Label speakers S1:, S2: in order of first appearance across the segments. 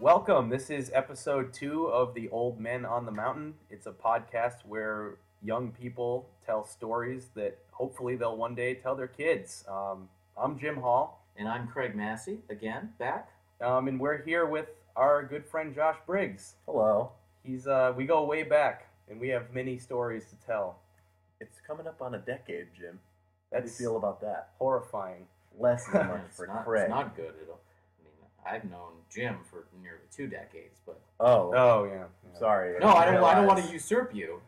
S1: Welcome. This is episode two of the Old Men on the Mountain. It's a podcast where young people tell stories that hopefully they'll one day tell their kids. Um, I'm Jim Hall,
S2: And I'm Craig Massey, again, back.
S1: um, and we're here with our good friend Josh Briggs.
S3: Hello.
S1: He's uh, we go way back, and we have many stories to tell.
S3: It's coming up on a decade, Jim. How do you
S1: That's
S3: feel about that?
S1: horrifying.
S3: Less than much
S2: It's
S3: for
S2: not,
S3: Craig.
S2: it's not good at all. I mean, I've known Jim for nearly two decades, but
S3: Oh,
S1: Oh yeah. yeah.
S3: sorry.
S2: no, I don't. I don't want
S3: realize-
S2: to usurp you.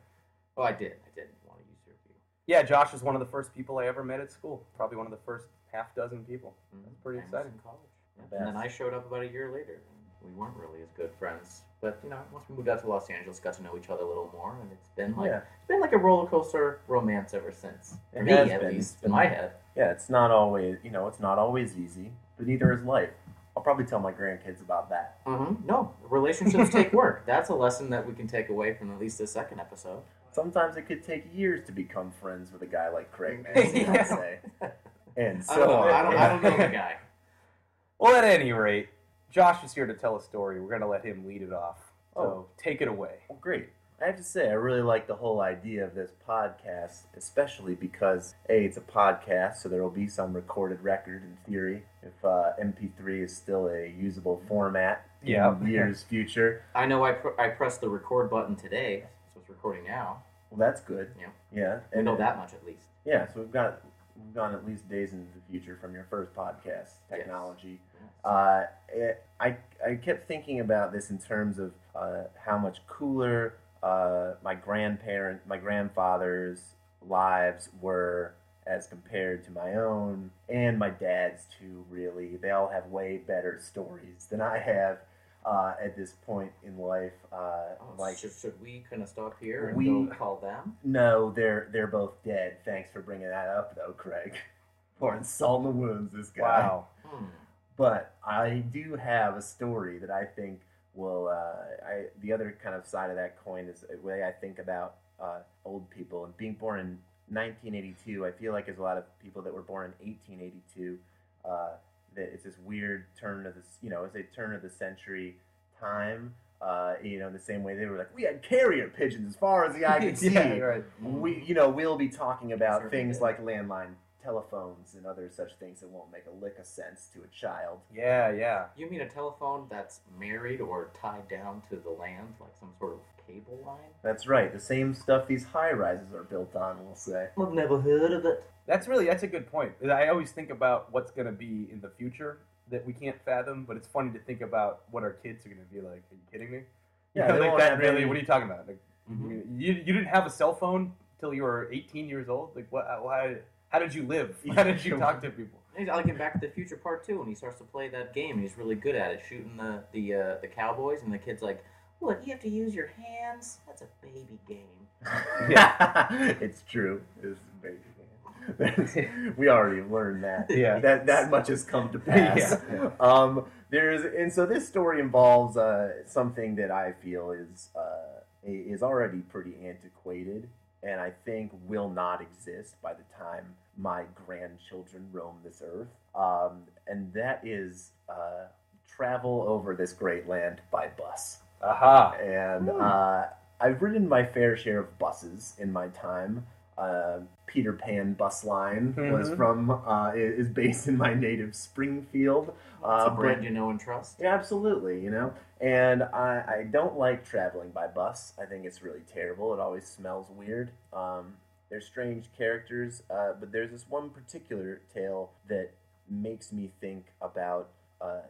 S2: Oh, I did. I didn't want to usurp you.
S1: Yeah, Josh is one of the first people I ever met at school. Probably one of the first half dozen people. That's pretty
S2: I was Mm-hmm. in
S1: exciting.
S2: college. Yeah.
S3: The
S2: And then
S3: best.
S2: I showed up about a year later. and We weren't really as good friends, but you know, once we moved out to Los Angeles, got to know each other a little more, and it's been like
S3: Yeah.
S2: it's been like a roller coaster romance ever since. For
S3: It
S2: me,
S3: has
S2: at
S3: been.
S2: least,
S3: It's
S2: in
S3: been-
S2: my head.
S3: Yeah, it's not always. You know, it's not always easy, but neither is life. I'll probably tell my grandkids about that.
S2: Mm-hmm. No, relationships take work. That's a lesson that we can take away from at least this second episode.
S3: Sometimes it could take years to become friends with a guy like Craig. Massey,
S1: Yeah.
S3: I'd say. And so
S2: I don't know. I don't, I
S3: on.
S2: don't know the guy.
S1: Well, at any rate, Josh is here to tell a story. We're gonna let him lead it off. So
S3: Oh.
S1: take it away.
S3: Well, great. I have to say, I really like the whole idea of this podcast, especially because A, it's a podcast, so there will be some recorded record in theory if uh, MP3 is still a usable format
S1: Yeah.
S3: in years future.
S2: I know I, pr- I pressed the record button today, so it's recording now.
S3: Well, that's good.
S2: Yeah.
S3: Yeah.
S2: I know that much at least.
S3: Yeah, so we've got we've gone at least days into the future from your first podcast, technology. uh, it, I, I kept thinking about this in terms of uh, how much cooler uh, my grandparent, my grandfather's lives were as compared to my own and my dad's too. Really, they all have way better stories than I have uh, at this point in life. Uh,
S2: Oh,
S3: like,
S2: should, should we kind of stop here and
S3: We-
S2: go call them?
S3: no, they're they're both dead. Thanks for bringing that up, though, Craig, for insulting the wounds. This guy.
S1: Wow.
S2: Hmm.
S3: but I do have a story that I think will. Uh, I the other kind of side of that coin is the way I think about uh, old people and being born in 1982. I feel like there's a lot of people that were born in 1882. Uh, that it's this weird turn of this, you know, it's a turn of the century time. Uh, you know, in the same way they were like, we had carrier pigeons as far as the eye could see
S1: yeah, right.
S3: we you know we'll be talking about
S2: Certainly
S3: things
S2: did.
S3: like landline telephones and other such things that won't make a lick of sense to a child
S1: Yeah, yeah.
S2: You mean a telephone that's married or tied down to the land, like some sort of cable line?
S3: that's right the same stuff these high rises are built on we'll say
S2: I've never heard of it.
S1: That's really that's a good point. I always think about what's gonna be in the future that we can't fathom, but it's funny to think about what our kids are gonna be like. Are you kidding me?
S3: Yeah,
S1: You know,
S3: they
S1: like
S3: won't
S1: that
S3: have
S1: really.
S3: any- Mm-hmm.
S1: What are you talking about? Like,
S2: Mm-hmm.
S1: you, you didn't have a cell phone till you were 18 years old. Like what? How, how did you live? How did you talk to people?
S2: He's like in Back to the Future Part Two, and he starts to play that game, and he's really good at it, shooting the the uh, the cowboys, and the kid's like, "What? You have to use your hands? That's a baby game."
S3: it's true it's amazing. we already learned that
S1: Yeah.
S3: that that much has come to pass um there is and so this story involves uh something that i feel is uh i- is already pretty antiquated and i think will not exist by the time my grandchildren roam this earth um and that is uh travel over this great land by bus
S1: Aha.
S3: and
S2: Hmm.
S3: uh, I've ridden my fair share of buses in my time. Uh, Peter Pan bus line was
S1: Mhm.
S3: from uh, i- is based in my native Springfield.
S2: It's
S3: Uh,
S2: a brand
S3: but-
S2: you know and trust.
S3: yeah, absolutely, you know. And I, I don't like traveling by bus. I think it's really terrible. It always smells weird. Um, they're strange characters, uh, but there's this one particular tale that makes me think about uh,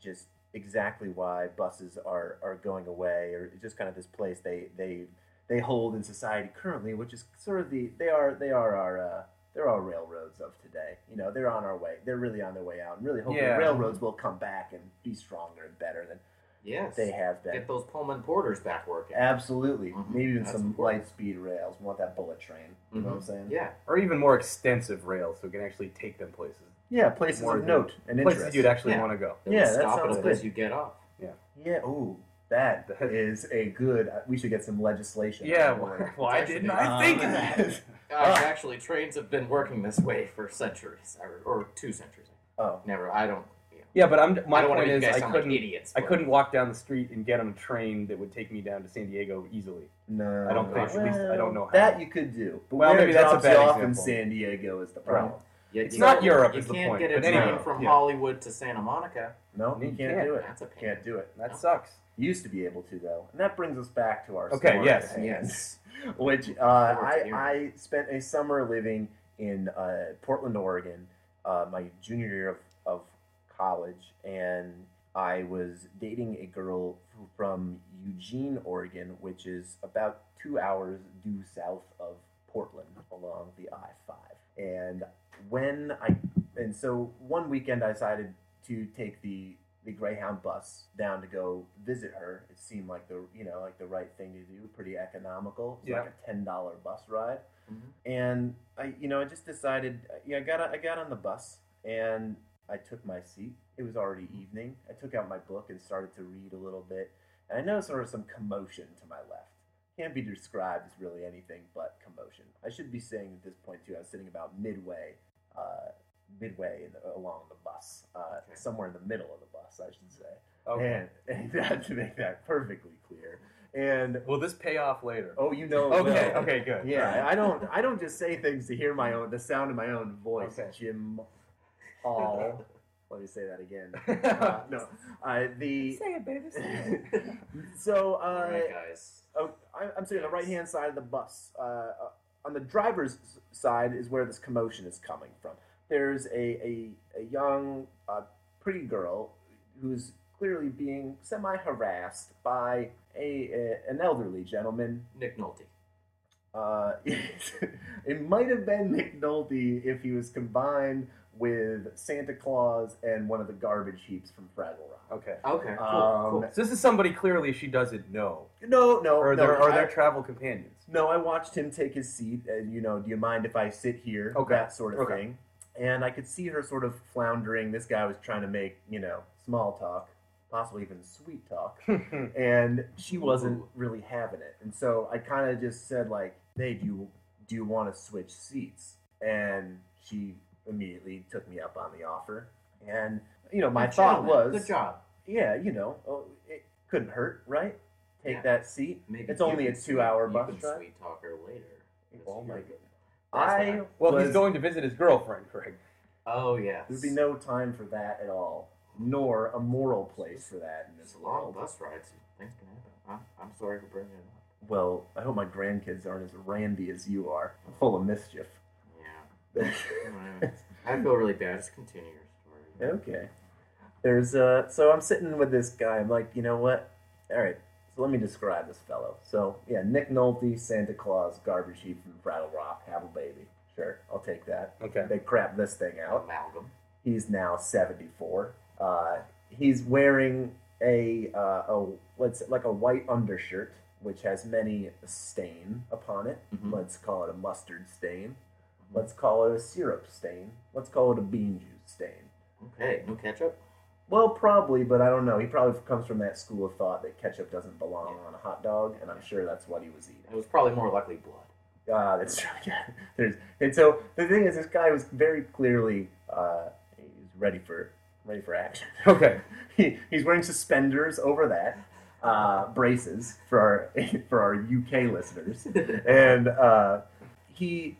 S3: just exactly why buses are, are going away, or just kind of this place they they they hold in society currently, which is sort of the they are they are our uh, they're our railroads of today. You know, they're on our way. They're really on their way out, and really hoping
S1: Yeah.
S3: railroads will come back and be stronger and better than
S2: Yes.
S3: they have been.
S2: Get those Pullman porters back working.
S3: Absolutely,
S1: Mm-hmm.
S2: Mhm.
S3: maybe even
S2: That's
S3: some
S2: important.
S3: light speed rails. We want that bullet train. You know what I'm
S1: Mm-hmm.
S3: saying?
S2: Yeah.
S1: Or even more extensive rails, so we can actually take them places.
S3: yeah places
S1: More
S3: of
S1: than-
S3: note and
S1: Places
S3: interest.
S1: you'd actually
S2: Yeah.
S1: want to go.
S2: They'll
S3: Yeah, that
S2: stop
S3: sounds
S2: it as
S3: good.
S2: you get up.
S3: Yeah. Ooh, that
S1: That-
S3: is a good. We should get some legislation.
S1: Yeah,
S3: on board.
S1: why, why didn't
S3: Um,
S1: I think of that?
S2: Gosh,
S3: Ah.
S2: Uh, actually, trains have been working this way for centuries, or, or two centuries.
S3: Oh,
S2: Never. I don't. You know,
S1: Yeah, but I'm
S2: I
S1: my
S2: don't
S1: point
S2: want to make
S1: is
S2: you guys
S1: I
S2: sound like
S1: couldn't
S2: idiots.
S1: I
S2: but-
S1: couldn't walk down the street and get on a train that would take me down to San Diego easily.
S3: No,
S1: I don't
S2: think-
S1: at least I don't know how.
S3: that you could do. But
S1: Well,
S3: where
S1: maybe
S3: it
S1: that's a
S3: drops
S1: bad
S3: you off in
S1: example.
S3: San Diego is the problem.
S2: You-
S1: It's
S2: you-
S1: not Europe
S2: You
S1: is the
S2: can't
S1: point,
S2: get a
S1: but
S2: train
S3: anyway,
S2: from
S1: yeah.
S2: Hollywood to Santa Monica.
S3: No, you
S1: You
S3: can't
S1: can't.
S3: do it.
S2: That's a pain.
S3: Can't do it.
S1: That sucks.
S3: You used to be able to though, and that brings us back to our
S1: Okay,
S3: summer
S1: yes,
S3: at hand.
S2: yes.
S3: Which uh,
S2: Forward
S3: I
S2: to
S3: I spent a summer living in uh, Portland, Oregon, uh, my junior year of, of college, and I was dating a girl who- from Eugene, Oregon, which is about two hours due south of Portland along the I five. And when I and so one weekend I decided to take the the Greyhound bus down to go visit her. It seemed like the you know like the right thing to do, pretty economical. It's like a ten dollar bus ride,
S2: Mhm.
S3: and I you know I just decided yeah I got I got on the bus and I took my seat. It was already evening. I took out my book and started to read a little bit, and I noticed there was some commotion to my left. Can't be described as really anything but commotion. I should be saying at this point too. I was sitting about midway. Uh, midway in the, along the bus, uh,
S2: Okay.
S3: somewhere in the middle of the bus, I should say.
S1: Okay.
S3: And, and that, to make that perfectly clear. And
S1: Will this pay off later?
S3: oh, you know. it
S1: Okay.
S3: will.
S1: Okay. Good.
S3: Yeah, I don't. I don't just say things to hear my own the sound of my own voice.
S1: Okay.
S3: Jim Hall. Let me say that again. Uh,
S1: Alright.
S3: no, uh, the
S1: Say it, baby.
S3: so
S2: All
S3: uh,
S2: right, guys.
S3: Oh, I- I'm sitting on the right hand side of the bus. Uh, uh, on the driver's s- side is where this commotion is coming from. There's a, a, a young, uh, pretty girl who's clearly being semi harassed by a, a an elderly gentleman.
S2: Nick Nolte.
S3: Uh, it might have been Nick Nolte if he was combined with Santa Claus and one of the garbage heaps from Fraggle Rock.
S1: Okay.
S2: Okay. Cool.
S3: Um,
S2: cool.
S1: So this is somebody clearly she doesn't know,
S3: No, no,
S1: or
S3: Oh, no,
S1: their or
S3: I-
S1: their travel companions.
S3: No, I watched him take his seat, and you know, do you mind if I sit here?
S1: Okay.
S3: That sort of
S1: Okay.
S3: thing. And I could see her sort of floundering. This guy was trying to make, you know, small talk, possibly even sweet talk, and she wasn't
S2: Ooh.
S3: really having it. And so I kind of just said like, "Hey, do you do you want to switch seats?" And she immediately took me up on the offer. And you know, my
S2: Good
S3: thought
S2: job, man.
S3: was,
S2: Good job.
S3: yeah, you know, oh, it couldn't hurt, right? Take
S2: Yeah.
S3: that seat.
S2: Maybe
S3: It's
S2: you
S3: only
S2: can
S3: a
S2: sweet-
S3: two-hour
S2: you
S3: bus
S2: can
S3: ride.
S2: sweet talk her later. That's
S3: Oh my
S2: weird.
S3: goodness.
S2: That's what
S3: I
S2: happened.
S1: Well,
S3: was,
S1: he's going to visit his girlfriend, Craig.
S2: Oh yeah.
S3: There'd be no time for that at all, nor a moral place for that in
S2: It's
S3: this
S2: a long
S3: world.
S2: bus rides. Things can happen. I'm, I'm sorry for bringing it up.
S3: Well, I hope my grandkids aren't as randy as you are, full of mischief.
S2: Yeah. Whatever. I feel really bad. Just continue your story.
S3: okay. There's uh, so I'm sitting with this guy. I'm like, you know what? All right, so let me describe this fellow. So yeah, Nick Nolte, Santa Claus, garbage heap from Brattle Rock, have a baby. Sure, I'll take that.
S1: Okay.
S3: They crap this thing out.
S2: Amalgam.
S3: He's now 74. Uh, he's wearing a, uh, a let's like a white undershirt, which has many stain upon it.
S2: Mhm.
S3: Let's call it a mustard stain. Let's call it a syrup stain. Let's call it a bean juice stain.
S2: Okay. No ketchup.
S3: Well, probably, but I don't know. He probably comes from that school of thought that ketchup doesn't belong on a hot dog, and I'm sure that's what he was eating.
S2: It was probably more likely blood.
S3: Uh, that's true. Yeah. There's and so the thing is, this guy was very clearly uh, he's ready for ready for action.
S1: Okay.
S3: he, he's wearing suspenders over that uh, braces for our for our UK listeners, and uh, he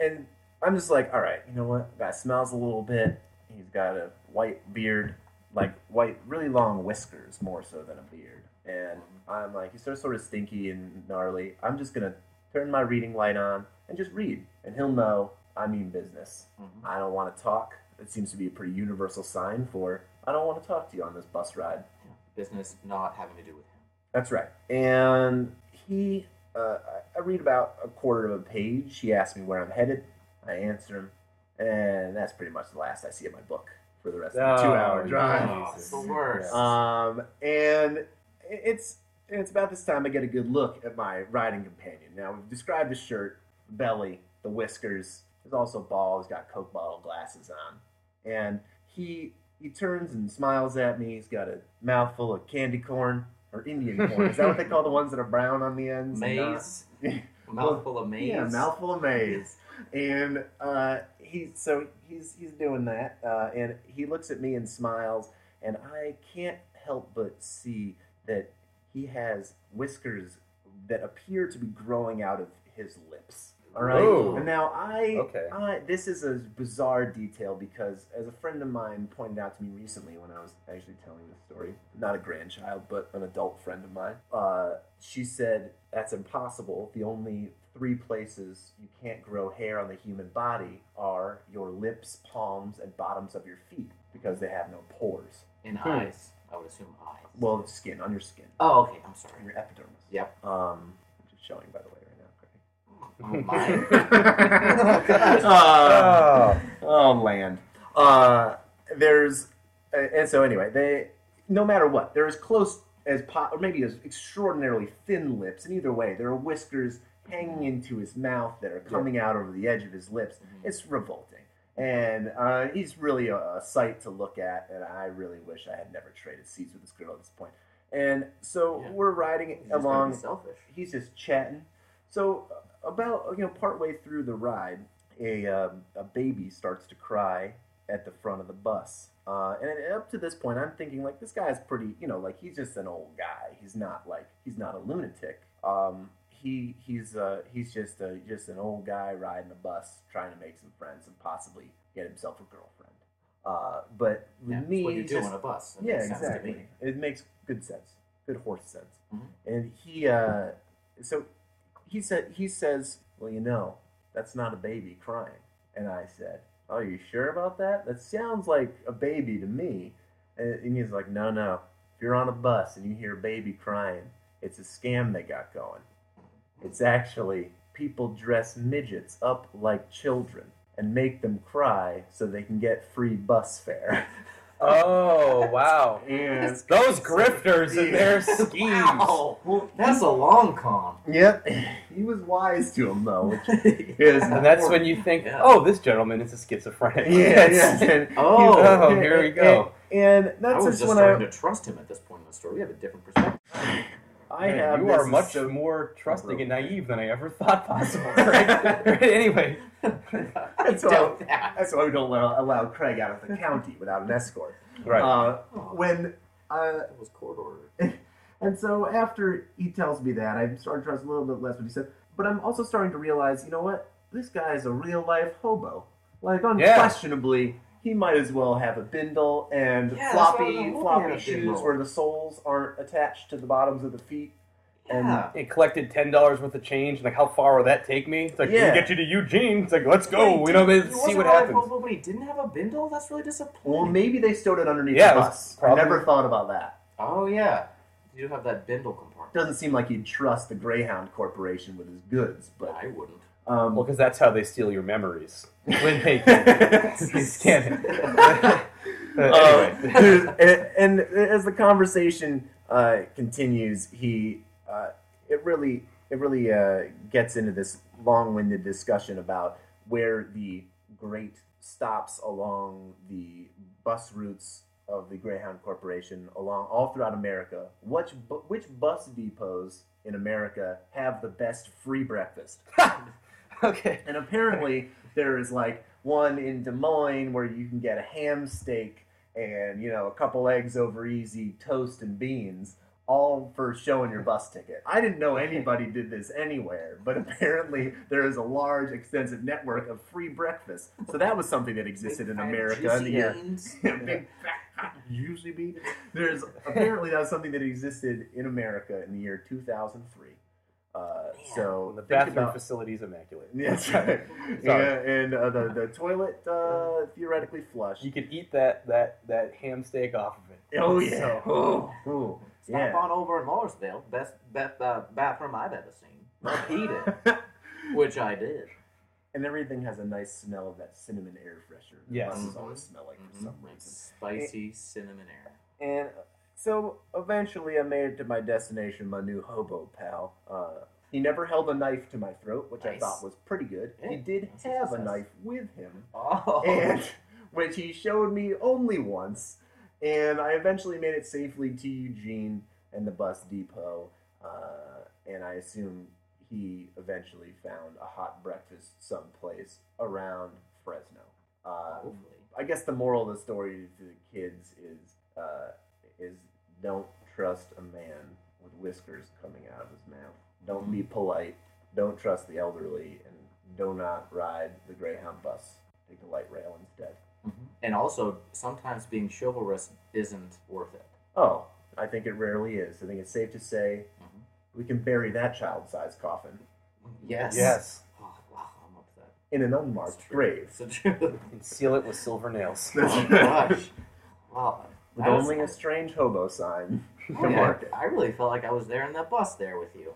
S3: and I'm just like, all right, you know what? Guy smells a little bit. He's got a white beard, like white, really long whiskers, more so than a beard. And I'm like, he's sort of, sort of stinky and gnarly. I'm just gonna turn my reading light on and just read, and he'll know I mean business.
S2: Mhm.
S3: I don't want to talk. It seems to be a pretty universal sign for I don't want to talk to you on this bus ride.
S2: Yeah. Business not having to do with him.
S3: That's right. And he, uh, I- I read about a quarter of a page. He asks me where I'm headed. I answer him, and that's pretty much the last I see of my book for the rest of the
S1: Oh,
S3: two-hour drive.
S2: Oh, it's the worst.
S3: Um, and it- it's it's about this time I get a good look at my riding companion. Now we've described the shirt, the belly, the whiskers. There's also balls. Got Coke bottle glasses on, and he he turns and smiles at me. He's got a mouthful of candy corn or Indian corn. Is that what they call the ones that are brown on the ends? and not-
S2: Maze. Mouthful of maze.
S3: Yeah, mouthful of maize. And uh, he he so he's he's doing that, uh, and he looks at me and smiles, and I can't help but see that he has whiskers that appear to be growing out of his lips. All right.
S2: Oh.
S1: Ooh.
S3: And now I
S1: Okay.
S3: I, Uh, this is a bizarre detail because, as a friend of mine pointed out to me recently when I was actually telling this story, not a grandchild, but an adult friend of mine, uh, she said, That's impossible. The only three places you can't grow hair on the human body are your lips, palms, and bottoms of your feet because they have no pores.
S2: In
S1: Hmm.
S2: eyes, I would assume eyes.
S3: Well, skin, on your skin,
S2: oh, okay. I'm sorry.
S3: your epidermis.
S2: Yep.
S3: Um, which is showing, by the way, right now. Craig.
S2: Oh my.
S3: Uh, oh land. Uh, there's uh, and so anyway, they no matter what, they're as close as po- or maybe as extraordinarily thin lips. And either way, there are whiskers hanging into his mouth that are coming out over the edge of his lips. It's revolting. And uh, he's really a, a sight to look at, and I really wish I had never traded seeds with this girl at this point. And so
S2: Yeah.
S3: we're riding
S2: He's just gonna
S3: along
S2: be selfish.
S3: he's just chatting. So uh, about you know partway through the ride, a um, a baby starts to cry at the front of the bus. Uh, and up to this point, I'm thinking like this guy's pretty you know like he's just an old guy. He's not like he's not a lunatic. Um, he he's uh, he's just a, just an old guy riding a bus trying to make some friends and possibly get himself a girlfriend. Uh, but with
S2: Yeah,
S3: me,
S2: that's what you
S3: he's
S2: do
S3: just-
S2: on a bus. That
S3: yeah,
S2: makes sense to
S3: exactly.
S2: me.
S3: It makes good sense, good horse sense.
S2: Mhm.
S3: And he, uh, so he said, he says, well, you know, that's not a baby crying. And I said, oh, you sure about that? That sounds like a baby to me. And, and he's like, no, no. If you're on a bus and you hear a baby crying, it's a scam they got going. It's actually people dress midgets up like children and make them cry so they can get free bus fare.
S1: oh wow,
S3: And
S1: those grifters and their schemes.
S2: Wow,
S3: Well,
S2: that's a long con.
S3: Yep. He was wise to him though, which is
S1: And that's when you think,
S2: Yeah.
S1: oh, this gentleman is a schizophrenic.
S3: yeah, yeah. And he- uh,
S2: Oh,
S1: Oh, here we go.
S3: And, and
S2: I
S3: that's
S2: was
S3: just
S2: just
S3: when I
S2: starting to trust him at this point in the story. We have a different perspective.
S3: I
S1: Man,
S3: have
S1: you
S3: this
S1: are
S3: is
S1: much
S3: so-
S1: more trusting and naive than I ever thought possible. Craig. anyway,
S2: I
S3: That's why-
S2: doubt that.
S3: That's why we don't allow, allow Craig out of the county without an escort.
S1: right.
S3: Uh,
S2: Oh,
S3: when uh,
S2: that was court ordered.
S3: And so after he tells me that, I'm starting to trust a little bit less what he said. But I'm also starting to realize, you know what? This guy is a real life hobo. Like unquestionably, he might as well have a bindle and
S2: Yeah, that's what I was
S3: floppy
S2: hoping
S3: floppy
S2: at a
S3: shoes
S2: bindle.
S3: where the soles aren't attached to the bottoms of the feet. And-
S2: Yeah.
S1: it collected ten dollars worth of change. Like, how far will that take me? It's like,
S3: Yeah.
S1: we get you to Eugene. It's like, let's go.
S2: Wait,
S1: We don't
S2: he
S1: let's see
S2: wasn't
S1: what
S2: really
S1: happens.
S2: Vulnerable, but he didn't have a bindle. That's really disappointing.
S3: Well, maybe they stowed it underneath
S1: Hmm. Yeah,
S3: the
S1: it was
S3: bus. I
S1: probably-
S3: never thought about that.
S2: Oh yeah, you do have that bindle compartment.
S3: Doesn't seem like you'd trust the Greyhound Corporation with his goods, but
S2: I wouldn't.
S3: um,
S1: Well, because that's how they steal your memories when they they scan it. Uh,
S3: Uh,
S1: anyway.
S3: there's- and, and as the conversation uh, continues, he uh, it really it really uh, gets into this long-winded discussion about where the great stops along the bus routes of the Greyhound Corporation along all throughout America. Which bu- which bus depots in America have the best free breakfast?
S1: okay.
S3: And apparently, there is like one in Des Moines where you can get a ham steak and you know a couple eggs over easy, toast and beans, all for showing your bus ticket. I didn't know anybody did this anywhere, but apparently there is a large, extensive network of free breakfast. So that was something that existed in
S2: Fat,
S3: America. in the
S2: juicy
S3: year-
S2: beans.
S3: Big fat juicy bean. There's apparently that was something that existed in America in the year 2003. Uh, so
S1: The
S3: think
S1: bathroom
S3: about-
S1: facility's immaculate.
S3: Yes, right. yeah,
S1: Sorry.
S3: and uh, the, the toilet uh, theoretically flushed.
S1: You could eat that that that ham steak off of it.
S3: Oh yeah.
S1: So-
S3: Oh, oh,
S2: Stop
S3: yeah.
S2: on over in Morrisville. Best best uh, bathroom I've ever seen. Repeat it, which I did.
S3: and everything has a nice smell of that cinnamon air freshener. The
S1: Yes.
S3: buses always smell like for some
S2: Mhm.
S3: reason. Eh.
S2: Spicy cinnamon air.
S3: And uh, so eventually I made it to my destination, my new hobo pal. Uh, he never held a knife to my throat, which I
S2: Nice.
S3: thought was pretty good. He
S2: Yeah,
S3: did
S2: that's a
S3: have a
S2: success.
S3: knife with him,
S2: Oh,
S3: and which he showed me only once. And I eventually made it safely to Eugene and the bus depot. Uh, and I assume he eventually found a hot breakfast someplace around Fresno. Uh,
S2: Hopefully.
S3: I guess the moral of the story to the kids is uh, is don't trust a man with whiskers coming out of his mouth. Don't be
S2: Mm-hmm.
S3: polite. Don't trust the elderly, and do not ride the Greyhound bus. Take the light rail instead.
S2: And also, sometimes being chivalrous isn't worth it.
S3: Oh, I think it rarely is. I think it's safe to say
S2: Mhm.
S3: we can bury that child-sized coffin
S2: Yes.
S1: Yes.
S2: Oh, wow, I'm upset.
S3: in an
S2: That's
S3: unmarked
S2: true.
S3: grave.
S2: So true.
S1: And seal it with silver nails.
S2: oh, gosh. Wow.
S3: With
S2: I was-
S3: only a strange hobo sign to
S2: Yeah,
S3: mark it.
S2: I really felt like I was there in that bus there with you.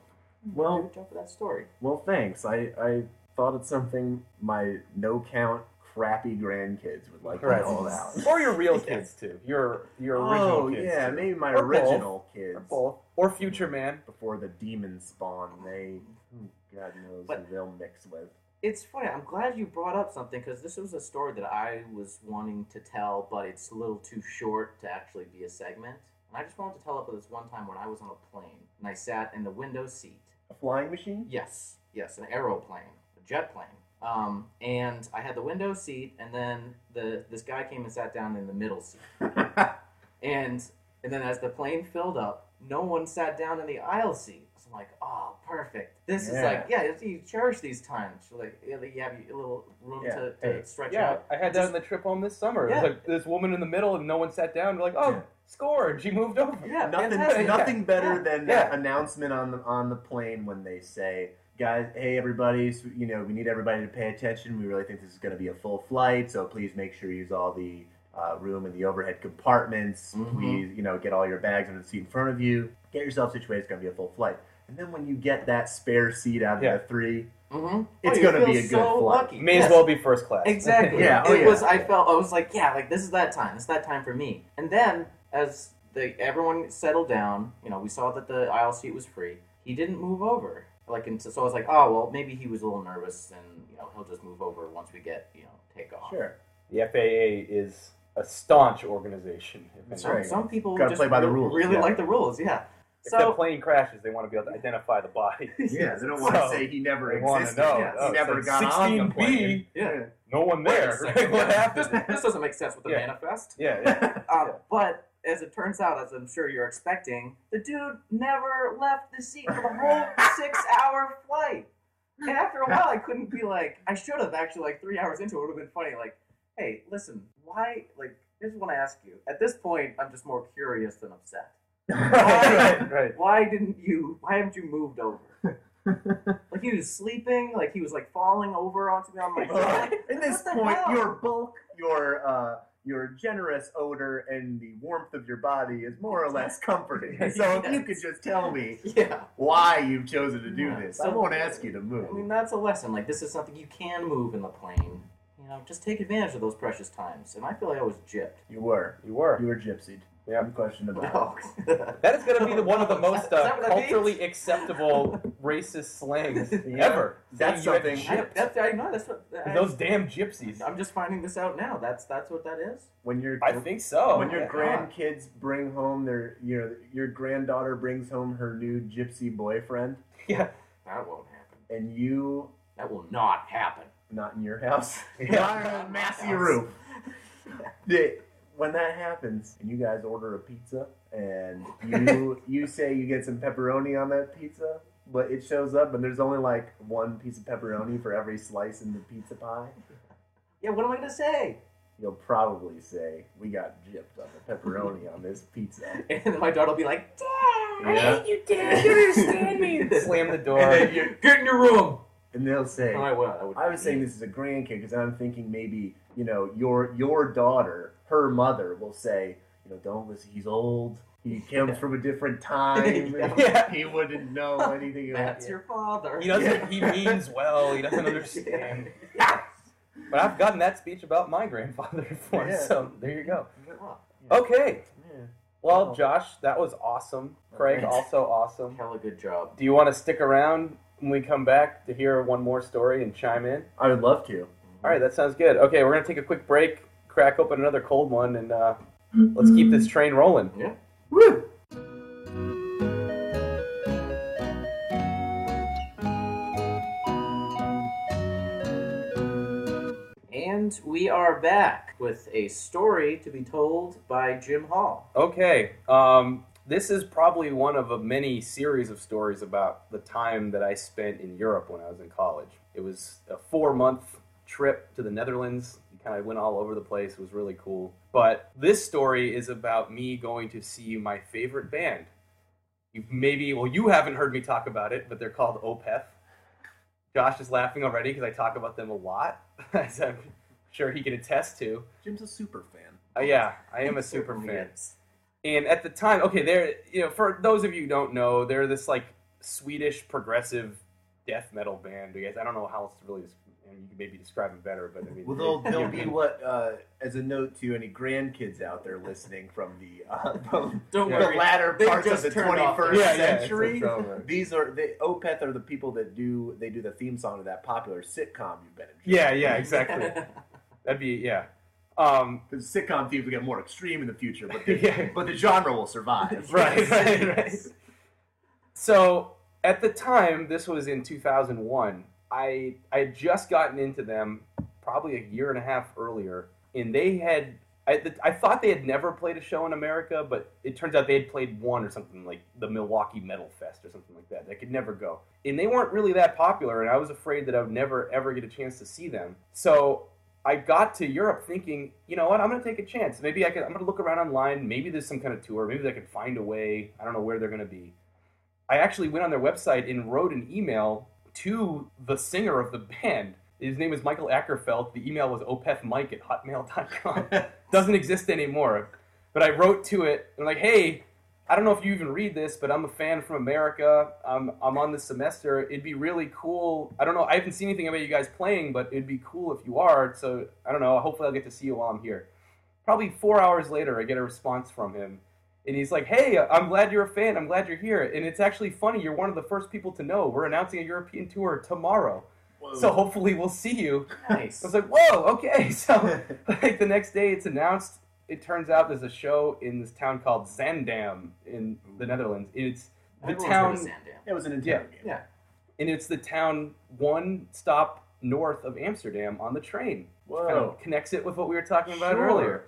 S3: Well,
S2: Good job for that story.
S3: Well, thanks. I, I thought it's something my no count crappy grandkids would like
S1: Right.
S3: to know about.
S1: or your real
S2: Yes.
S1: kids too. Your your original
S3: oh
S1: kids.
S3: yeah,
S1: too.
S3: maybe my
S1: Or both.
S3: original
S1: Or
S3: kids
S1: both. Or future man.
S3: before the demons spawn. They, who God knows
S2: But-
S3: who they'll mix with.
S2: It's funny. I'm glad you brought up something because this was a story that I was wanting to tell, but it's a little too short to actually be a segment. And I just wanted to tell about this one time when I was on a plane and I sat in the window seat.
S3: A flying machine?
S2: Yes, yes, an aeroplane, a jet plane. Um, and I had the window seat, and then the this guy came and sat down in the middle seat. And and then as the plane filled up, no one sat down in the aisle seat. So I'm like, oh, perfect. This is
S3: Yeah.
S2: like, yeah, you- you cherish these times. So like, you know, you have a little room
S3: Yeah.
S2: to,
S3: Hey.
S2: to stretch
S1: Yeah,
S2: out.
S1: I had that on the trip home this summer.
S2: Yeah.
S1: There's like this woman in the middle, and no one sat down. We're like, oh,
S3: Yeah.
S1: scored. She moved over.
S2: Yeah,
S3: nothing,
S2: fantastic.
S3: nothing better
S2: Yeah.
S3: than
S1: Yeah.
S3: that announcement on the on the plane when they say, "Guys, hey everybody, so, you know we need everybody to pay attention. We really think this is going to be a full flight, so please make sure you use all the uh, room in the overhead compartments.
S2: Mhm.
S1: Mm-hmm.
S3: Please, you know, get all your bags on the seat in front of you. Get yourself situated. It's going to be a full flight. And then when you get that spare seat out of
S1: Yeah.
S3: the three,
S2: Mm-hmm.
S3: It's gonna be a good
S2: so
S3: flight.
S2: Lucky.
S1: May
S2: Yes.
S1: as well be first class.
S2: Exactly.
S3: Yeah, oh
S2: it
S3: yeah.
S2: was. I felt. I was like, yeah, like this is that time. It's that time for me. And then as the everyone settled down, you know, we saw that the aisle seat was free. He didn't move over. Like, and so, so I was like, oh well, maybe he was a little nervous, and you know, he'll just move over once we get you know takeoff.
S3: sure,
S1: the FAA is a staunch organization. if
S3: That's
S2: So
S1: anything.
S3: right.
S2: some people
S3: Gotta
S2: just
S3: play by the
S2: re-
S3: rules,
S2: really
S1: yeah.
S2: like the rules. Yeah.
S1: If
S2: so
S1: the plane crashes, they want to be able to identify the body.
S3: yeah, they don't want to
S1: So,
S3: say he never
S1: They want to
S3: existed.
S1: know.
S2: yes.
S1: Oh,
S3: He
S1: it's
S3: never
S1: like
S3: got on the
S1: 16B,
S3: plane.
S2: Yeah.
S1: No one there.
S2: Wait a second,
S1: what
S2: yeah.
S1: happened?
S2: This, this doesn't make sense with the
S1: Yeah.
S2: manifest.
S1: Yeah, yeah.
S2: Um, But as it turns out, as I'm sure you're expecting, the dude never left the seat for the whole six-hour flight. And after a while, I couldn't be like, I should have actually like three hours into it would have been funny. Like, hey, listen, why? Like, here's what I ask you. At this point, I'm just more curious than upset.
S1: right, right.
S2: Why didn't you? Why haven't you moved over? like he was sleeping. Like he was like falling over onto me on my.
S3: Well,
S2: back.
S3: At this
S2: What the
S3: point,
S2: hell?
S3: your bulk, your uh, your generous odor, and the warmth of your body is more or less comforting. So if you could just tell me
S2: Yeah.
S3: why you've chosen to do
S2: Yeah.
S3: this, I won't ask you to
S2: I mean,
S3: move.
S2: that's a lesson. Like, this is something you can move in the plane. You know, just take advantage of those precious times. And I feel like I was gypped.
S3: You were,
S1: You were.
S3: you were gypsied.
S1: Yeah.
S3: no question about
S2: No.
S1: That is going to be the, one of the
S2: Is that-
S1: most
S2: is
S1: uh,
S2: that what that means?
S1: culturally acceptable racist slangs
S3: it. Yeah.
S1: ever.
S3: That's
S1: Saying you
S3: something.
S1: had
S2: I,
S1: gypped.
S2: that's, I know, that's what. I,
S1: Those damn gypsies.
S2: I'm just finding this out now. That's that's what that is.
S3: When your
S1: I think so.
S3: when your
S2: yeah.
S3: grandkids bring home their, you know, your granddaughter brings home her new gypsy boyfriend,
S1: yeah.
S2: That won't happen.
S3: and you
S2: That will not happen.
S3: not in your house,
S1: Yeah.
S3: not on a massy roof. the, when that happens and you guys order a pizza and you you say you get some pepperoni on that pizza but it shows up and there's only like one piece of pepperoni for every slice in the pizza pie
S2: Yeah, what am I going to say?
S3: you'll probably say we got gypped on the pepperoni on this pizza
S2: And then my daughter will be like, Dad,
S3: Yeah.
S2: I hate you, Dad. You understand me.
S1: Slam the
S3: and,
S1: door.
S3: then you-
S2: Get in your room.
S3: and they'll say
S2: Oh, I will. I, would,
S3: i was saying this is a grandkid because i'm thinking maybe you know your your daughter her mother will say you know don't listen he's old he comes from a different time
S1: Yeah.
S3: he wouldn't know anything about
S2: That's your father.
S1: He doesn't. He means well. He doesn't understand.
S2: Yeah.
S1: But I've gotten that speech about my grandfather before.
S3: Yeah.
S1: So there you go.
S3: Yeah.
S1: Okay.
S3: Yeah.
S1: Well, Josh, that was awesome. Craig,
S3: Thanks.
S1: also awesome.
S2: Hella good job.
S1: Do you want to stick around when we come back to hear one more story and chime in?
S3: I would love to.
S1: All right, that sounds good. Okay, we're gonna take a quick break, crack open another cold one, and uh, let's keep this train rolling.
S2: Yeah.
S3: Woo!
S2: And And we are back with a story to be told by Jim Hall.
S1: Okay. Um, this is probably one of a many series of stories about the time that I spent in Europe when I was in college. It was a four month trip to the Netherlands. Kind of went all over the place. It was really cool. But this story is about me going to see my favorite band. You maybe, well, you haven't heard me talk about it, but they're called Opeth. Josh is laughing already because I talk about them a lot, as I'm sure he can attest to.
S3: Jim's a super fan.
S1: Uh, yeah, I am a super fan. And at the time, okay, they're you know, for those of you who don't know, they're this like Swedish progressive death metal band. I guess I don't know how else to really, I mean, you can maybe describe it better, but I mean,
S3: Well, they'll,
S1: you
S3: they'll be
S1: can-
S3: what, uh, as a note to any grandkids out there listening from the, uh, from
S2: Don't
S1: Yeah.
S3: the
S2: worry.
S3: latter
S2: They
S3: parts of
S2: just
S3: the
S2: turned off
S3: 21st
S1: the- Yeah, yeah, it's a
S3: century.
S1: drama.
S3: These are the Opeth are the people that do they do the theme song to that popular sitcom you've been in.
S1: yeah, yeah, exactly. That'd be yeah. Um,
S3: Because sitcom themes will get more extreme in the future, but the,
S1: Yeah.
S3: but the genre will survive.
S1: right, right, right. So at the time, this was in 2001. I I had just gotten into them probably a year and a half earlier, and they had. I, I thought they had never played a show in America, but it turns out they had played one or something like the Milwaukee Metal Fest or something like that. I could never go. And they weren't really that popular, and I was afraid that I would never ever get a chance to see them. So I got to Europe thinking, you know what, I'm gonna take a chance. Maybe I can. I'm gonna look around online. Maybe there's some kind of tour. Maybe I can find a way. I don't know where they're gonna be. I actually went on their website and wrote an email to the singer of the band. His name is Michael Ackerfeld. The email was opethmike at hotmail.com. Doesn't exist anymore. But I wrote to it and like, hey, I don't know if you even read this, but I'm a fan from America. I'm, I'm on this semester. It'd be really cool. I don't know. I haven't seen anything about you guys playing, but it'd be cool if you are. So I don't know. Hopefully I'll get to see you while I'm here. Probably four hours later, I get a response from him and he's like, "Hey, I'm glad you're a fan. I'm glad you're here." And it's actually funny. You're one of the first people to know. We're announcing a European tour tomorrow,
S3: Whoa.
S1: so hopefully we'll see you.
S2: Nice.
S1: I was like, "Whoa, okay." So like the next day, it's announced. It turns out there's a show in this town called Zandam in the Netherlands. It's the
S2: Everyone's heard of
S1: town,
S2: Sandown.
S3: it was an Nintendo game.
S2: Yeah.
S1: and it's the town one stop north of Amsterdam on the train.
S2: Oh.
S3: Whoa.
S1: Kind of connects it with what we were talking about
S3: Sure.
S1: earlier.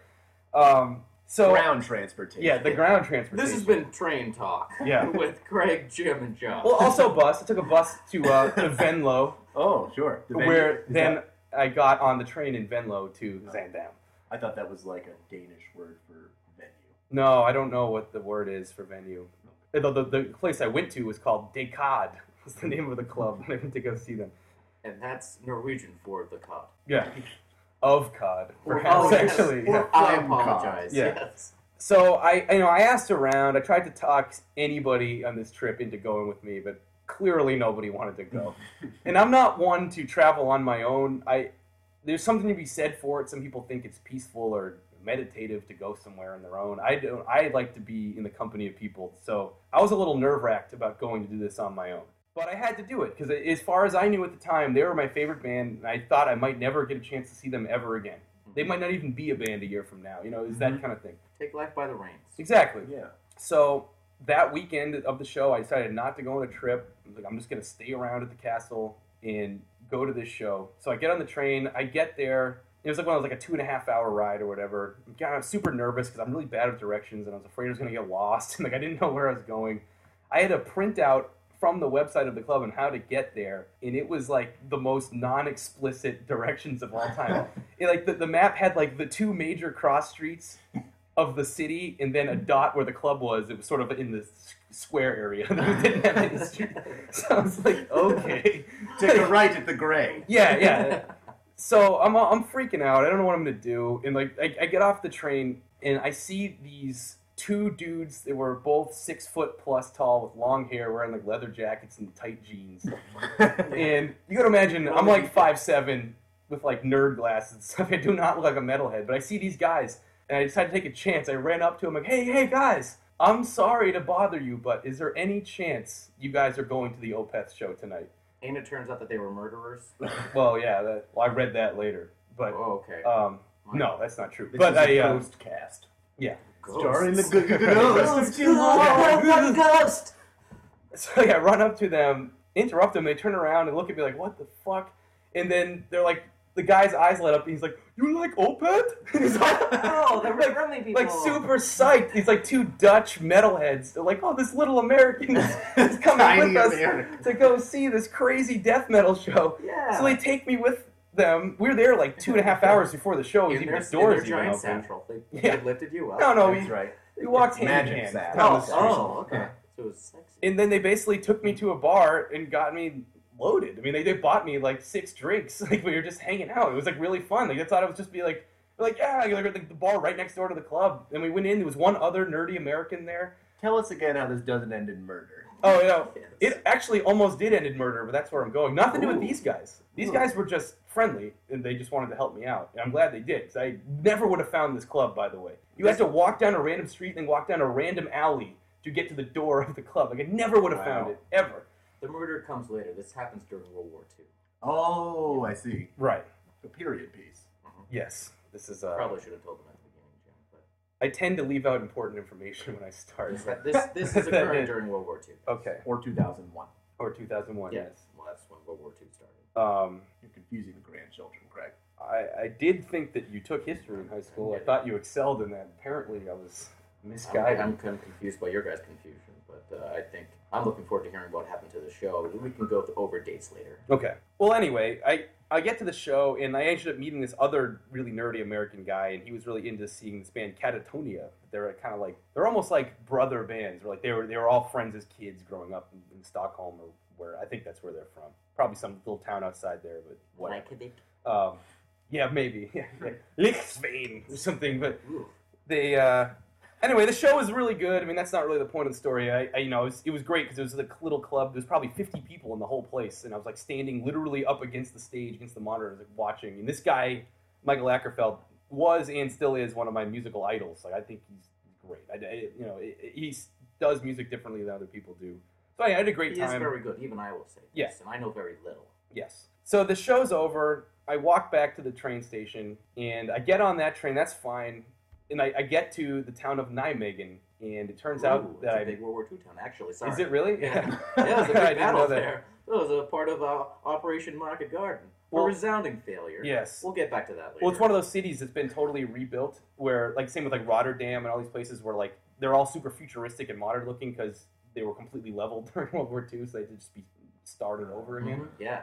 S1: Um, so
S3: Ground transportation.
S1: yeah, the ground transportation.
S2: This has been Train Talk
S1: Yeah.
S2: with Craig, Jim, and John.
S1: Well, also bus. I took a bus to uh, to Venlo,
S3: Oh, sure. The venue-
S1: where
S3: is
S1: then
S3: that-
S1: I got on the train in Venlo to Zandam.
S3: I thought that was like a Danish word for venue.
S1: No, I don't know what the word is for venue. The, the, the place I went to was called Decad. Was the name of the club when I went to go see them.
S2: and that's Norwegian for the cop.
S1: Yeah, of Cod, perhaps
S2: oh, yes.
S1: actually.
S3: Or-
S1: yeah.
S2: I
S3: From cop.
S2: apologize.
S1: Yeah.
S2: Yes.
S1: So I, you know, I asked around. I tried to talk anybody on this trip into going with me, but clearly nobody wanted to go. and I'm not one to travel on my own. I there's something to be said for it. Some people think it's peaceful or meditative to go somewhere on their own. I don't. I like to be in the company of people. So I was a little nerve wracked about going to do this on my own. But I had to do it because, as far as I knew at the time, they were my favorite band, and I thought I might never get a chance to see them ever again. They might not even be a band a year from now. You know, is that kind of thing.
S2: Take life by the reins.
S1: Exactly.
S3: Yeah.
S1: So that weekend of the show, I decided not to go on a trip. I was like, I'm just going to stay around at the castle and go to this show. So I get on the train. I get there. It was like one of those like a two and a half hour ride or whatever. God, I'm super nervous because I'm really bad with directions and I was afraid I was going to get lost and like I didn't know where I was going. I had a printout from the website of the club and how to get there, and it was like the most non-explicit directions of all time. It, like the, the map had like the two major cross streets of the city, and then a dot where the club was. It was sort of in the s- square area. it didn't have any street. So I was like, okay,
S3: Take a right at the gray.
S1: yeah, yeah. So I'm I'm freaking out. I don't know what I'm gonna do. And like I, I get off the train and I see these two dudes that were both six foot plus tall with long hair, wearing like leather jackets and tight jeans. and you gotta imagine I'm like five seven with like nerd glasses and stuff. I do not look like a metalhead, but I see these guys and I decided to take a chance. I ran up to them like, hey, hey guys, I'm sorry to bother you, but is there any chance you guys are going to the Opeth show tonight?
S2: And it turns out that they were murderers.
S1: Well, yeah. That, well, I read that later, but
S2: Oh, okay.
S1: um, no, that's not true.
S3: This
S1: but
S3: is a
S1: I, uh,
S3: ghost cast.
S1: yeah.
S2: Ghosts.
S3: Starring the good
S2: Ghosts. Oh, one ghost.
S1: So yeah, I run up to them, interrupt them. They turn around and look at me like, "What the fuck?" And then they're like, the guy's eyes lit up. And he's like, "You like Opeth?" And he's like,
S2: No, they were
S1: Like-
S2: friendly people.
S1: like super psyched. These like two Dutch metalheads. They're like, "Oh, this little American is is coming
S3: Tiny
S1: with us
S3: American.
S1: to go see this crazy death metal show."
S2: Yeah.
S1: So they take me with them. We were there like two and a half hours before the show was
S2: in
S1: even
S2: their,
S1: the doors
S2: in
S1: even
S2: their giant
S1: open.
S2: satchel. They,
S1: Yeah.
S2: they lifted you up.
S1: No, no, we,
S3: That's right.
S1: we walked hand
S3: Magic
S1: in hand.
S3: Zap.
S1: down
S2: Oh,
S1: the street.
S2: oh, okay.
S3: Yeah.
S2: So it was sexy.
S1: And then they basically took me to a bar and got me loaded. I mean, they, they bought me like six drinks. Like we were just hanging out. It was like really fun. Like I thought it was just be like, like yeah, like, like, the bar right next door to the club. And we went in. There was one other nerdy American there.
S3: Tell us again how this doesn't end in murder.
S1: Oh, you know,
S2: Yes.
S1: It actually almost did end in murder, but that's where I'm going. Nothing to do with
S2: Ooh.
S1: these guys. These
S2: Ooh.
S1: guys were just friendly, and they just wanted to help me out. And I'm glad they did, because I never would have found this club, by the way. You had to walk down a random street and walk down a random alley to get to the door of the club. Like, I never would have found
S3: Wow.
S1: it, ever.
S2: The murder comes later. This happens during World War II.
S3: Oh, I see.
S1: Right.
S3: A period piece.
S1: Yes. This is, uh,
S2: Probably should have told them at the beginning, Jim. But
S1: I tend to leave out important information when I start.
S2: this, that- this, this is occurring during World War II.
S1: Okay.
S3: Or 2001.
S1: Or 2001,
S2: Yeah.
S1: yes.
S2: Well, that's when World War II started.
S1: Um,
S3: You're confusing the grandchildren, Craig.
S1: I, I did think that you took history in high school. I thought you excelled in that. Apparently, I was misguided.
S2: I'm, I'm kind of confused by your guys' confusion, but uh, I think I'm looking forward to hearing what happened to the show. We can go over dates later.
S1: Okay. Well, anyway, I I get to the show and I ended up meeting this other really nerdy American guy, and he was really into seeing this band Catatonia. They're kind of like they're almost like brother bands. They're like they were they were all friends as kids growing up in, in Stockholm or where I think that's where they're from. Probably some little town outside there, but
S2: Why
S1: whatever.
S2: could they?
S1: Um, yeah, maybe yeah, yeah. Lichtenstein or something. But
S2: Ooh,
S1: they uh anyway the show was really good i mean that's not really the point of the story i, I you know it was, it was great because it was like a little club there was probably 50 people in the whole place and i was like standing literally up against the stage against the monitors like watching and this guy michael ackerfeld was and still is one of my musical idols like i think he's great i, I- you know he does music differently than other people do so yeah, i had a great
S2: he is
S1: time
S2: very good. Even I will say this,
S1: Yes.
S2: and I know very little.
S1: Yes. So the show's over. I walk back to the train station and I get on that train. That's fine. And I, I get to the town of Nijmegen. And it turns out
S2: Ooh,
S1: that
S2: it's a
S1: I.
S2: big World War II town, actually. Sorry.
S1: Is it really?
S2: Yeah. Yeah, it was a big
S1: I didn't know
S2: battle
S1: that.
S2: there. That was a part of uh, Operation Market Garden.
S1: Well-
S2: a resounding failure.
S1: Yes.
S2: We'll get back to that later.
S1: Well, it's one of those cities that's been totally rebuilt. Where, like, same with like Rotterdam and all these places where like they're all super futuristic and modern looking because they were completely leveled during World War II, so they had to just be started over again.
S2: Mhm. Yeah.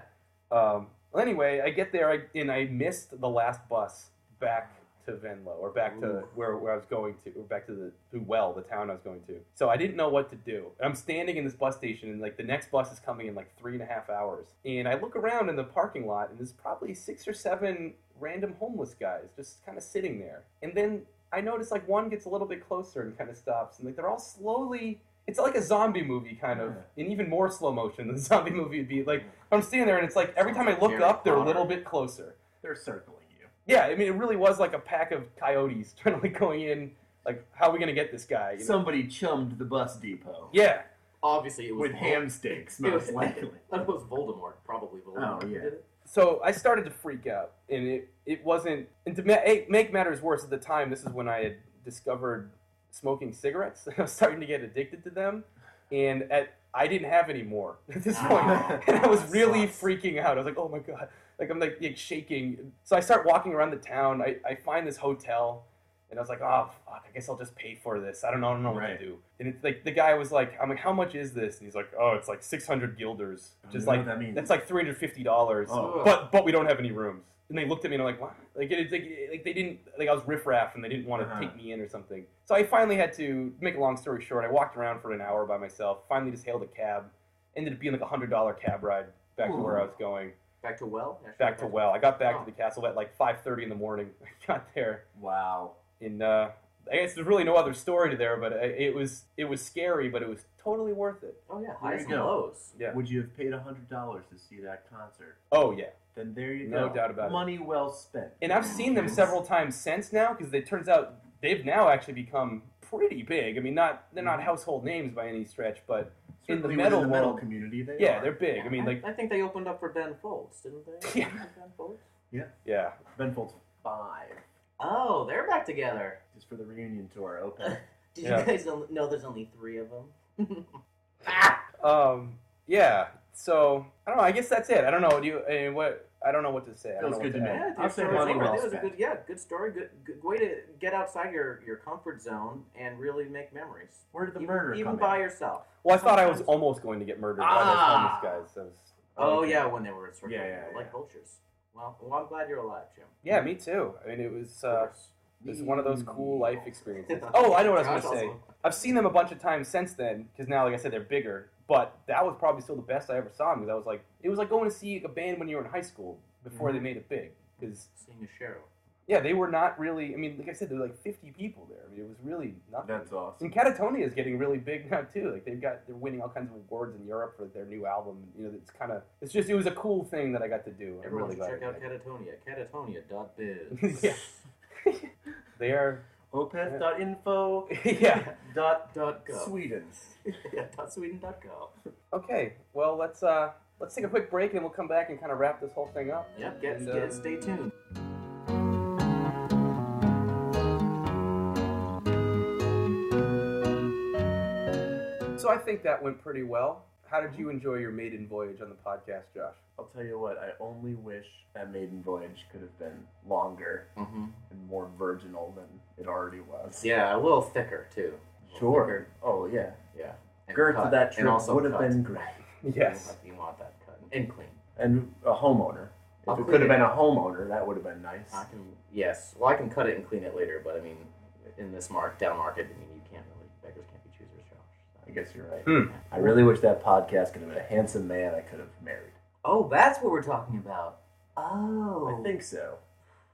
S1: Um, well, anyway, I get there I, and I missed the last bus back to Venlo or back to
S2: Ooh.
S1: where, where I was going to, or back to the to well, the town I was going to. So I didn't know what to do. And I'm standing in this bus station, and like the next bus is coming in like three and a half hours. And I look around in the parking lot, and there's probably six or seven random homeless guys just kind of sitting there. And then I notice like one gets a little bit closer and kind of stops, and like they're all slowly. It's like a zombie movie kind of, in even more slow motion than a zombie movie would be. Like I'm standing there, and it's like every time I look
S2: Harry
S1: up, they're a
S2: Potter.
S1: little bit closer.
S3: They're circling you.
S1: Yeah, I mean, it really was like a pack of coyotes trying to like going in. Like, how are we gonna get this guy? you know?
S3: Somebody chummed the bus depot.
S1: yeah,
S2: Obviously, it was
S3: With ham sticks, most likely.
S2: That was Voldemort, probably Voldemort.
S3: Oh,
S2: who
S3: yeah.
S2: did it.
S1: so I started to freak out, and it it wasn't. And to ma- eh, make matters worse, at the time, this is when I had discovered smoking cigarettes. I was starting to get addicted to them, and at I didn't have any more at this point,
S2: Ah,
S1: and I was really
S2: sucks.
S1: freaking out. I was like, oh my god, like I'm like, like shaking. So I start walking around the town. I, I find this hotel, and I was like, oh fuck, I guess I'll just pay for this. I don't know, I don't know what
S3: Right.
S1: to do. And it's like the guy was like, I'm like, how much is this? And he's like, oh, it's like 600 guilders,
S3: I
S1: just
S3: know
S1: like
S3: what that means.
S1: that's like 350 dollars
S2: uh,
S3: Oh.
S1: but but we don't have any rooms. And they looked at me and I'm like, what? Like it's like, like they didn't like I was riffraff and they didn't want to
S3: Uh-huh.
S1: take me in or something. So I finally had to make a long story short. I walked around for an hour by myself. Finally, just hailed a cab. Ended up being like a hundred dollar cab ride back to where I was going.
S2: Back to well. Actually,
S1: Back to well. I got back
S2: Oh.
S1: to the castle at like five thirty in the morning. I got there
S3: Wow.
S1: and uh, I guess there's really no other story to there, but I- it was it was scary, but it was totally worth it.
S2: Oh yeah,
S3: There
S2: highs
S3: you
S2: and
S3: go.
S2: lows.
S1: Yeah.
S3: Would you have paid $100 to see that concert?
S1: Oh yeah.
S3: Then there you go.
S1: No doubt about it.
S3: Money well spent.
S1: and I've seen them several times since now because it turns out they've now actually become pretty big. I mean, not they're
S3: Mm-hmm.
S1: not household names by any stretch, but in the
S3: Certainly
S1: metal
S3: within the metal
S1: world-
S3: community, they
S1: yeah,
S3: are.
S1: they're big. I mean, like
S2: I think they opened up for Ben Folds, didn't they?
S1: Yeah.
S2: Ben Folds.
S1: yeah,
S3: Ben Folds five
S2: Oh, they're back together.
S3: is for the reunion tour. Okay.
S2: Did
S1: Yeah.
S2: you guys on- know there's only three of them?
S1: um, yeah. so I don't know. I guess that's it. I don't know. Do you eh, what? I don't know what to say. I don't
S3: Feels
S1: know
S3: good
S1: what
S3: to
S1: add.
S3: me.
S2: Yeah,
S3: I'll
S2: dude,
S3: say
S2: so
S3: money
S2: it's-
S3: well
S2: it was a
S3: spent.
S2: good, yeah, good story. Good, good way to get outside your, your comfort zone and really make memories.
S3: Where did the
S2: even,
S3: murder
S2: even
S3: come
S2: by
S3: in?
S2: yourself.
S1: Well, I thought I was almost going to get murdered
S3: Ah.
S1: by those homeless guys. That was- um,
S2: Oh
S3: Okay.
S2: yeah, when they were sort of
S3: Yeah,
S2: like,
S3: yeah,
S2: like
S3: yeah.
S2: vultures. Well, well, I'm glad you're alive, Jim.
S1: yeah, me too. I mean, it was
S2: Of
S1: uh,
S2: course.
S1: it was one of those
S3: Mm.
S1: cool life experiences.
S2: Yeah.
S1: Oh, I know what I was
S2: Josh
S1: gonna say.
S2: also-
S1: I've seen them a bunch of times since then because now, like I said, they're bigger. But that was probably still the best I ever saw them because I was like, it was like going to see a band when you were in high school before
S2: Mm-hmm.
S1: they made it big. Because
S2: Seeing a Cheryl.
S1: yeah, they were not really. I mean, like I said, there were like 50 people there. I mean, it was really nothing.
S3: That's awesome.
S1: And Catatonia is getting really big now too. Like they've got they're winning all kinds of awards in Europe for their new album. You know, it's kind of it's just it was a cool thing that I got to do. I'm
S2: Everyone
S1: really
S2: should
S1: glad.
S2: check out
S1: I
S2: Catatonia. Catatonia.biz.
S1: did. yeah, they are.
S3: Opeth.info.
S1: yeah.
S3: Dot
S2: Dot gov.
S3: Sweden.
S2: yeah, dot Sweden dot gov.
S1: Okay. Well, let's uh let's take a quick break and we'll come back and kind of wrap this whole thing up.
S2: Yep, get,
S1: And, uh,
S2: get, stay tuned.
S1: So I think that went pretty well. How did you enjoy your maiden voyage on the podcast, Josh?
S3: I'll tell you what. I only wish that maiden voyage could have been longer
S2: Mm-hmm.
S3: and more virginal than it already was.
S2: Yeah, a little thicker too.
S3: Sure. Oh yeah.
S2: Yeah. And
S3: Girth
S2: cut,
S3: of that
S2: and
S3: trip
S2: also
S3: would have
S2: cut.
S3: been great.
S1: Yes.
S2: You want that cut and clean.
S3: And a homeowner. If
S2: I'll
S3: it
S2: clean
S3: could have
S2: it.
S3: been a homeowner, that would have been nice.
S2: I can. Yes. Well, I can cut it and clean it later, but I mean, in this mark down market, I mean, you can't really beggars can't be choosers,
S3: I
S2: Josh.
S3: guess you're right.
S1: Hmm.
S3: I really wish that podcast could have been a handsome man I could have married.
S2: Oh, that's what we're talking about. Oh.
S3: I think so.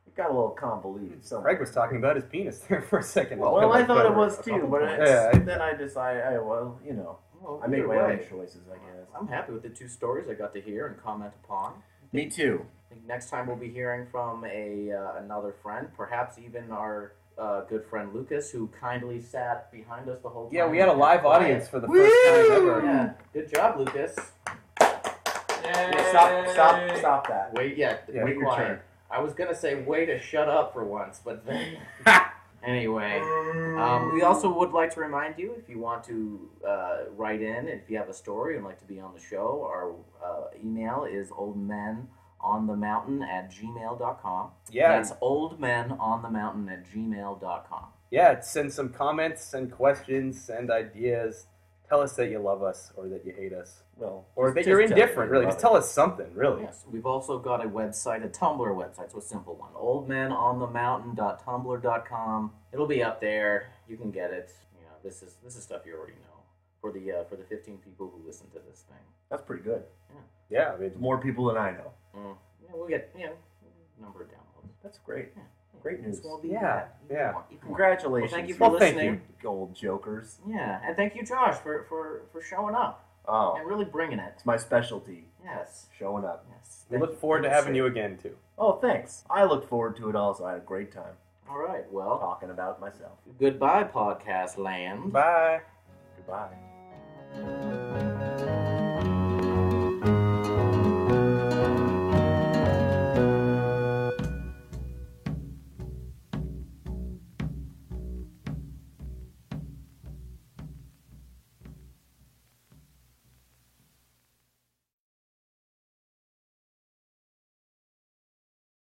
S3: It got a little convoluted. Somewhere.
S1: Hmm. Craig was talking about his penis there for a second.
S3: Well,
S1: Come
S3: I
S1: on,
S3: thought it
S1: better.
S3: was
S2: a
S3: too,
S2: couple
S3: but
S2: points.
S3: I,
S1: Yeah.
S3: then I decided, I, well, you know,
S2: Well,
S3: I make
S2: either
S3: my
S2: way,
S3: own choices, I guess.
S2: I'm happy with the two stories I got to hear and comment upon.
S3: Me too.
S2: I think next time we'll be hearing from a uh, another friend, perhaps even our uh, good friend Lucas, who kindly sat behind us the whole time.
S1: Yeah, we had a live
S2: Quiet.
S1: audience for the
S3: Woo!
S1: first time ever.
S2: Yeah, good job, Lucas.
S3: Yeah, stop, stop, stop that.
S2: Wait, yeah,
S1: Yeah,
S2: wait
S3: your
S2: quiet.
S3: turn.
S2: I was gonna say way to shut up for once, but then anyway. Um, we also would like to remind you if you want to uh, write in, if you have a story and like to be on the show, our uh, email is oldmenonthemountain at gmail.com.
S1: Yeah,
S2: That's oldmenonthemountain at gmail.com.
S1: yeah, send some comments, send questions, send ideas. Tell us that you love us or that you hate us.
S3: Well,
S1: Or
S3: just-
S1: that you're
S3: just tell
S1: indifferent,
S3: me
S1: really.
S3: about
S1: Just
S3: it.
S1: tell us something, really.
S2: Yes, we've also got a website, a Tumblr website, so a simple one. Oldmenonthemountain.tumblr.com. It'll be up there. You can get it. You know, this is this is stuff you already know for the uh, for the 15 people who listen to this thing.
S3: That's pretty good.
S1: Yeah, I mean,
S3: More people than I know.
S2: Mm. Yeah, we'll get you know number of downloads.
S3: That's great.
S2: Yeah.
S3: Great news.
S2: This won't be
S1: Yeah,
S2: bad. You
S1: yeah.
S2: won't- you won't.
S3: Congratulations.
S2: Well, thank you for
S3: well,
S2: listening.
S3: Thank you, old jokers.
S2: Yeah, and thank you, Josh, for for for showing up
S3: Oh,
S2: and really bringing it.
S3: it's my specialty,
S2: Yes,
S3: showing up.
S2: yes.
S1: we
S2: Thank
S1: look
S2: you.
S1: forward to having you again, too.
S3: Oh, thanks. I look forward to it also. I had a great time
S2: All right. Well,
S3: talking about myself. Mm-hmm.
S2: goodbye, podcast land.
S1: Bye.
S3: Goodbye.